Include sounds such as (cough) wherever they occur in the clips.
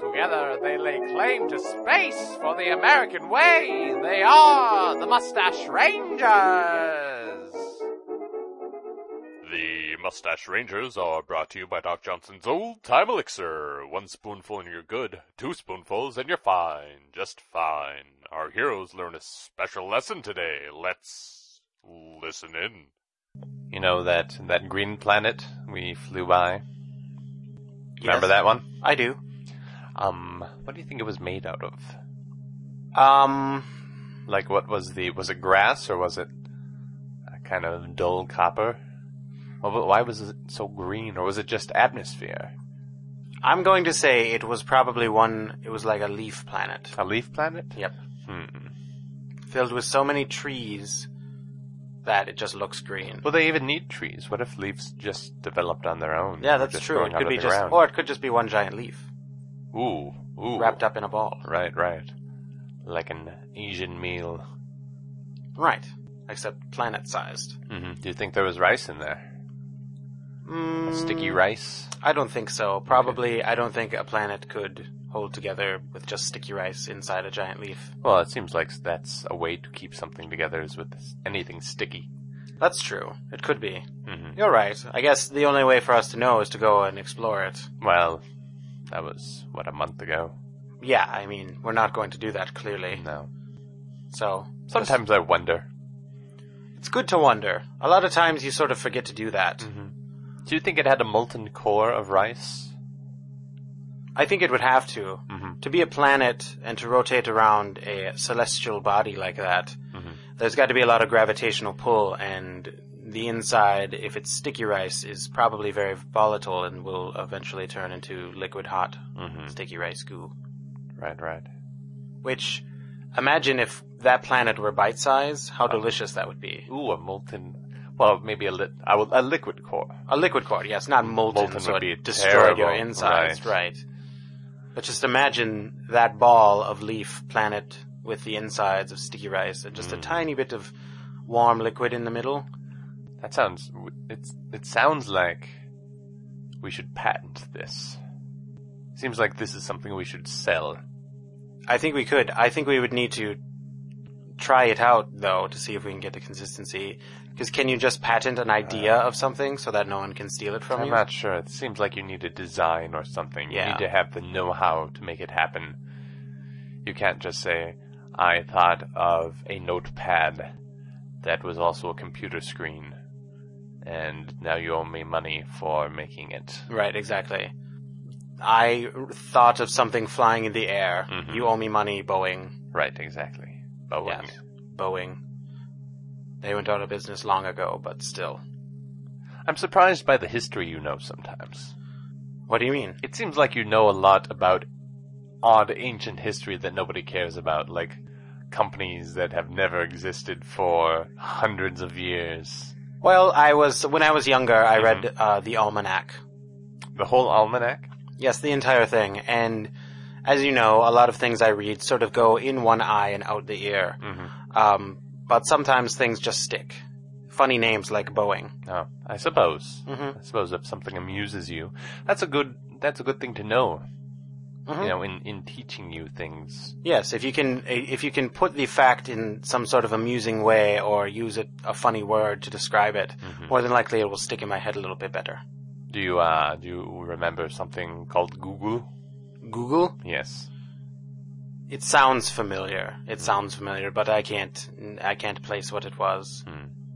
Together they lay claim to space for the American way. They are the Mustache Rangers. The Mustache Rangers are brought to you by Doc Johnson's Old Time Elixir. One spoonful and you're good, two spoonfuls and you're fine, just fine. Our heroes learn a special lesson today. Let's listen in. You know that that green planet we flew by? Remember that one? I do. Um, what do you think it was made out of? Um, like what was the was it grass or was it a kind of dull copper? Well, but why was it so green or was it just atmosphere? I'm going to say it was probably one. It was like a leaf planet. A leaf planet? Yep. Hmm. Filled with so many trees that it just looks green. Well, they even need trees. What if leaves just developed on their own? Yeah, They're that's just true. growing It out could of be the just, ground? or it could just be one giant leaf ooh, ooh, wrapped up in a ball. Right, right. Like an Asian meal. Right. Except planet sized. hmm Do you think there was rice in there? Mm, Sticky rice? I don't think so. Probably, I don't think a planet could hold together with just sticky rice inside a giant leaf. Well, it seems like that's a way to keep something together is with anything sticky. That's true. It could be. Mhm. You're right. I guess the only way for us to know is to go and explore it. Well, that was, what, a month ago? Yeah, I mean, we're not going to do that clearly. No. So, Sometimes I wonder. it's good to wonder. A lot of times you sort of forget to do that. Do you think it had a molten core of rice? I think it would have to. Mhm. To be a planet and to rotate around a celestial body like that, there's got to be a lot of gravitational pull, and the inside, if it's sticky rice, is probably very volatile and will eventually turn into liquid hot sticky rice goo. Right, right. Which, imagine if that planet were bite sized how delicious that would be. Ooh, a molten, well, maybe a, li- I will, a liquid core. A liquid core, yes, not molten, Molten so would be it destroy your terrible, insides, right. right. But just imagine that ball of leaf planet with the insides of sticky rice and just Mm. a tiny bit of warm liquid in the middle. That sounds, it's, it sounds like we should patent this. Seems like this is something we should sell. I think we could. I think we would need to try it out though to see if we can get the consistency. Because can you just patent an idea of something so that no one can steal it from Uh. I'm you? not sure. It seems like you need a design or something. You Yeah. need to have the know-how to make it happen. You can't just say, "I thought of a notepad that was also a computer screen, and now you owe me money for making it." Right, exactly. I thought of something flying in the air. Mhm. You owe me money, Boeing. Right? Exactly. But when- Yes. Boeing. They went out of business long ago, but still. I'm surprised by the history you know. Sometimes What do you mean? it seems like you know a lot about odd ancient history that nobody cares about, like companies that have never existed for hundreds of years. Well, I was when I was younger, I read uh, the almanac. The whole almanac? Yes, the entire thing. And as you know, a lot of things I read sort of go in one eye and out the ear. Mm-hmm. Um, but sometimes things just stick. Funny names like Boeing. No, Oh, I suppose. Mhm. I suppose if something amuses you, that's a good that's a good thing to know. Mhm. You know, in in teaching you things. Yes, if you can if you can put the fact in some sort of amusing way or use it, a funny word to describe it, more than likely it will stick in my head a little bit better. Do you uh do you remember something called Google? Google. Yes. It sounds familiar. It sounds familiar, but I can't. I can't place what it Mm-hmm. was.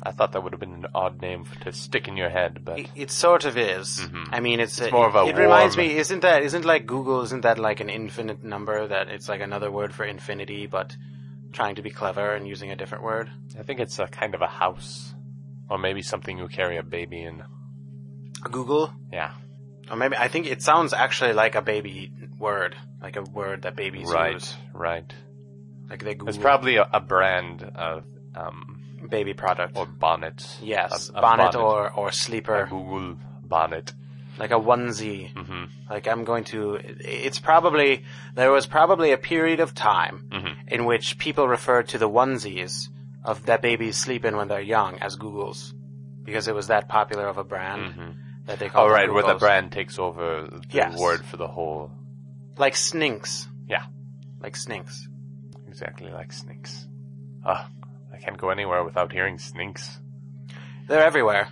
I thought that would have been an odd name for, to stick in your head, but It, it sort of is. I mean, it's, Mm-hmm. more of a It reminds warm- me. Isn't that? Isn't like Google? Isn't that like an infinite number? That it's like another word for infinity, but trying to be clever and using a different word. I think it's a kind of a house. Or maybe something you carry a baby in. Google. Yeah. Or maybe I think it sounds actually like a baby word, like a word that babies Right, use. right. Like they It's Google probably a, a brand of um baby product. or bonnets. yes, a- a bonnet, bonnet. or or A sleeper, Google bonnet. like a onesie. hmm Like I'm going to. It's probably there was probably a period of time Mhm. in which people referred to the onesies of that babies sleep in when they're young as Googles, because it was that popular of a brand that they All Mm-hmm. Oh, called. them right, where the Oh, Googles. brand takes over the Yes. word for the whole. like Sninks, Yeah, like Sninks. exactly like sninks. Ah, I can't go anywhere without hearing sninks. They're everywhere,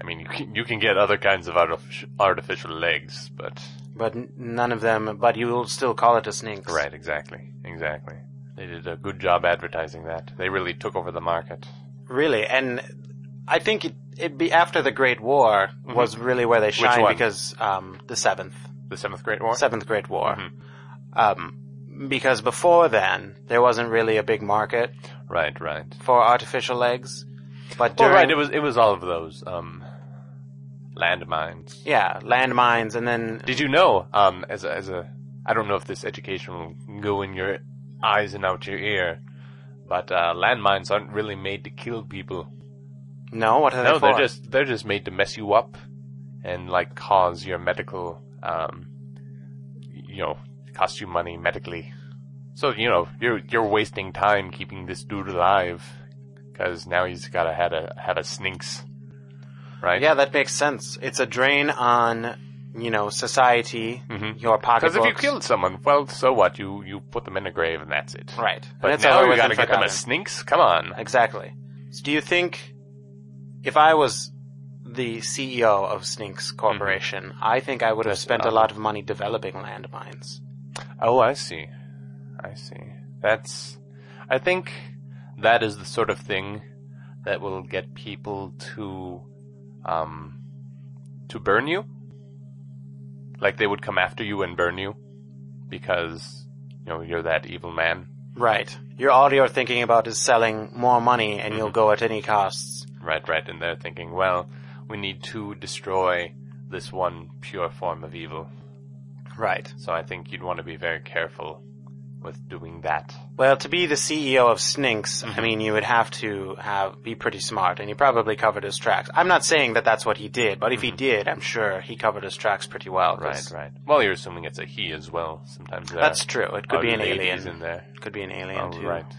I mean, you can, you can get other kinds of artifici- artificial legs, but but n- none of them. But you'll still call it a Sninks, right, exactly, exactly. They did a good job advertising that. They really took over the market. Really, and I think it it be after the Great War was really where they shined Mm-hmm. one? because um the seventh The Seventh Great War. seventh Great War, Mm-hmm. um because before then there wasn't really a big market Right, right. for artificial legs, but Well, during right. It was it was all of those um, landmines. yeah landmines and then Did you know, um, as a, as a, I don't know if this education will go in your eyes and out your ear, but uh, landmines aren't really made to kill people. no what are they no, for? they're just they're just made to mess you up and like cause your medical, um, you know, cost you money medically. So you know you're you're wasting time keeping this dude alive because now he's gotta had a have a sninks, right? yeah that makes sense. It's a drain on you know society, your pocketbook. Because Mm-hmm. if you killed someone, well, so what? You you put them in a grave and that's it. right, But and it's now all we within gotta get them forgotten. as sninks. Come on. Exactly. So do you think if I was the CEO of Sninks Mm-hmm. Corporation, I think I would have spent a lot of money developing landmines. Oh, I see. I see. That's. I think that is the sort of thing that will get people to, um, to burn you. Like they would come after you and burn you because you know you're that evil man, Right. You're all you're thinking about is selling more money and Mm-hmm. you'll go at any costs. right? Right, and they're thinking, well, we need to destroy this one pure form of evil. Right. So I think you'd want to be very careful with doing that. Well, to be the CEO of Sninks, Mm-hmm. I mean, you would have to have be pretty smart, and he probably covered his tracks. I'm not saying that that's what he did, but if he did, I'm sure he covered his tracks pretty well. 'cause Mm-hmm. Right, right. Well, you're assuming it's a he as well. Sometimes there That's are- true. It could are be an Oh, ladies alien. in there. Could be an alien Oh, too. right.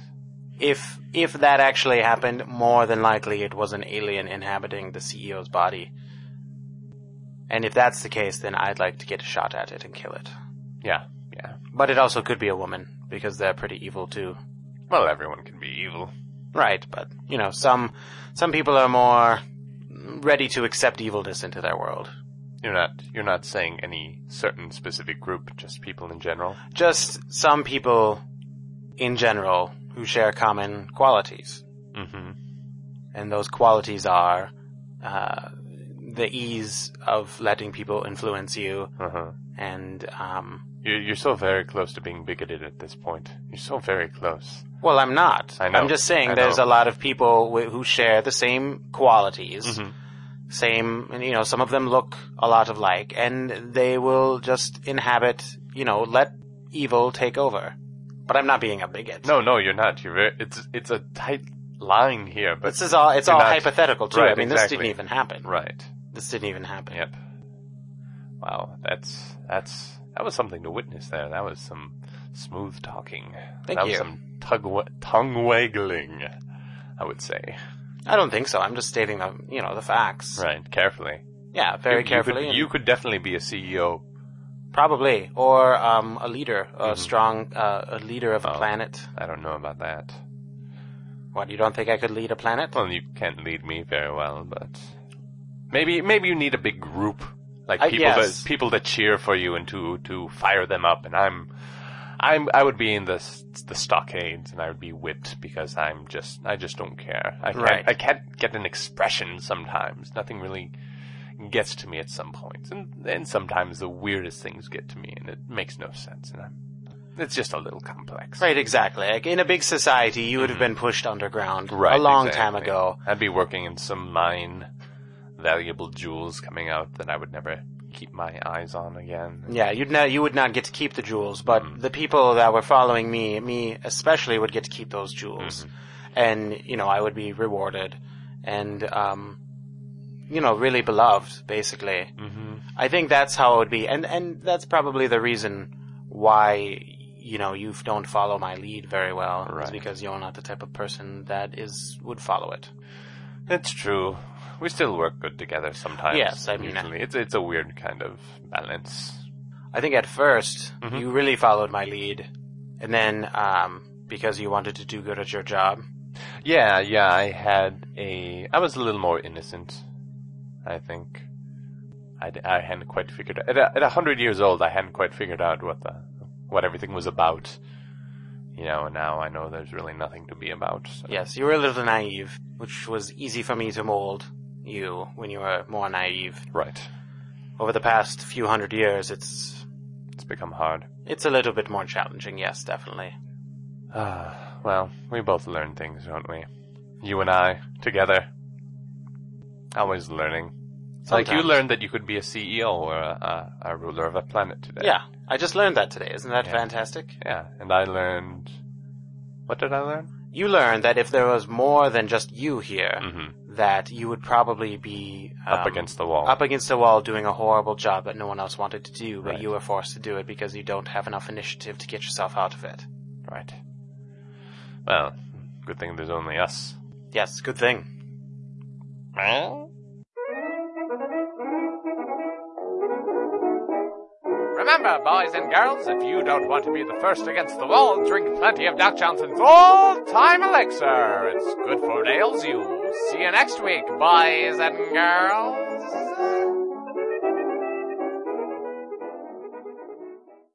if if that actually happened, more than likely it was an alien inhabiting the CEO's body. And if that's the case, then I'd like to get a shot at it and kill it. Yeah, yeah. But it also could be a woman because they're pretty evil too. Well, everyone can be evil. Right, but you know, some some people are more ready to accept evilness into their world. You're not. You're not saying any certain specific group. Just people in general. Just some people in general who share common qualities. Mm-hmm. and those qualities are uh, the ease of letting people influence you Uh-huh. and um, You're, you're so very close to being bigoted at this point. You're so very close. well i'm not I know. i'm just saying I there's know. a lot of people wi who share the same qualities Mm-hmm. same and you know some of them look a lot of like and they will just inhabit you know let evil take over but i'm not being a bigot No, no, you're not. You're very. It's it's a tight line here. But this is all it's You're all not- hypothetical too Right, i mean this exactly. didn't even happen (laughs) right. this didn't even happen Yep. Wow, that's that's that was something to witness there. That was some smooth talking. Thank that was you. some tug wa- tongue waggling, I would say. i don't think so i'm just stating the you know the facts Right, carefully. Yeah, very You- carefully. You could, and you could definitely be a E CEO. probably, or um, a leader, a Mm-hmm. strong uh, a leader of a Oh. planet. I don't know about that. What? You don't think I could lead a planet? Well, you can't lead me very well, but maybe maybe you need a big group, like I- people yes. that people that cheer for you and to to fire them up. And I'm I'm I would be in the s- the stockades and I would be whipped because I'm just I just don't care. I can't Right. I can't get an expression sometimes. Nothing really gets to me at some points, and and sometimes the weirdest things get to me, and it makes no sense. And I'm it's just a little complex. Right, exactly. Like in a big society, you would have been pushed underground a long time Mm-hmm. exactly. ago. I'd be working in some mine, valuable jewels coming out that I would never keep my eyes on again. Yeah, you'd not, you would not get to keep the jewels, but Mhm. the people that were following me, me especially, would get to keep those jewels, Mhm. and you know I would be rewarded, and um, you know really beloved. Basically, Mhm. I think that's how it would be, and and that's probably the reason why you know you don't follow my lead very well, is Right. because you're not the type of person that is would follow it. It's true. We still work good together sometimes. Yes, I mean- usually. it's it's a weird kind of balance. I think at 1st Mhm. you really followed my lead, and then um, because you wanted to do good at your job. Yeah, yeah. I had a. I was a little more innocent. I think. I, d- I hadn't quite figured out. At a, at a hundred years old, I hadn't quite figured out what the what everything was about. You know, and now I know there's really nothing to be about. so- Yes, you were a little naive, which was easy for me to mold you when you were more naive. Right. Over the past few hundred years, it's It's become hard. it's a little bit more challenging. Yes, definitely. Ah, well, we both learn things, don't we? You and I, together. Always learning. It's like you Sometimes. learned that you could be a CEO or a, a, a ruler of a planet today. Yeah, I just learned that today. Isn't that Yeah. fantastic? Yeah, and I learned. What did I learn? You learned that if there was more than just you here, Mm-hmm. that you would probably be Up um, against the wall. up against the wall doing a horrible job that no one else wanted to do, but Right. you were forced to do it because you don't have enough initiative to get yourself out of it. Right. Well, good thing there's only us. Yes, good thing. Remember, boys and girls, if you don't want to be the first against the wall, drink plenty of Doc Johnson's old time elixir. It's good for what ails you. See you next week, boys and girls.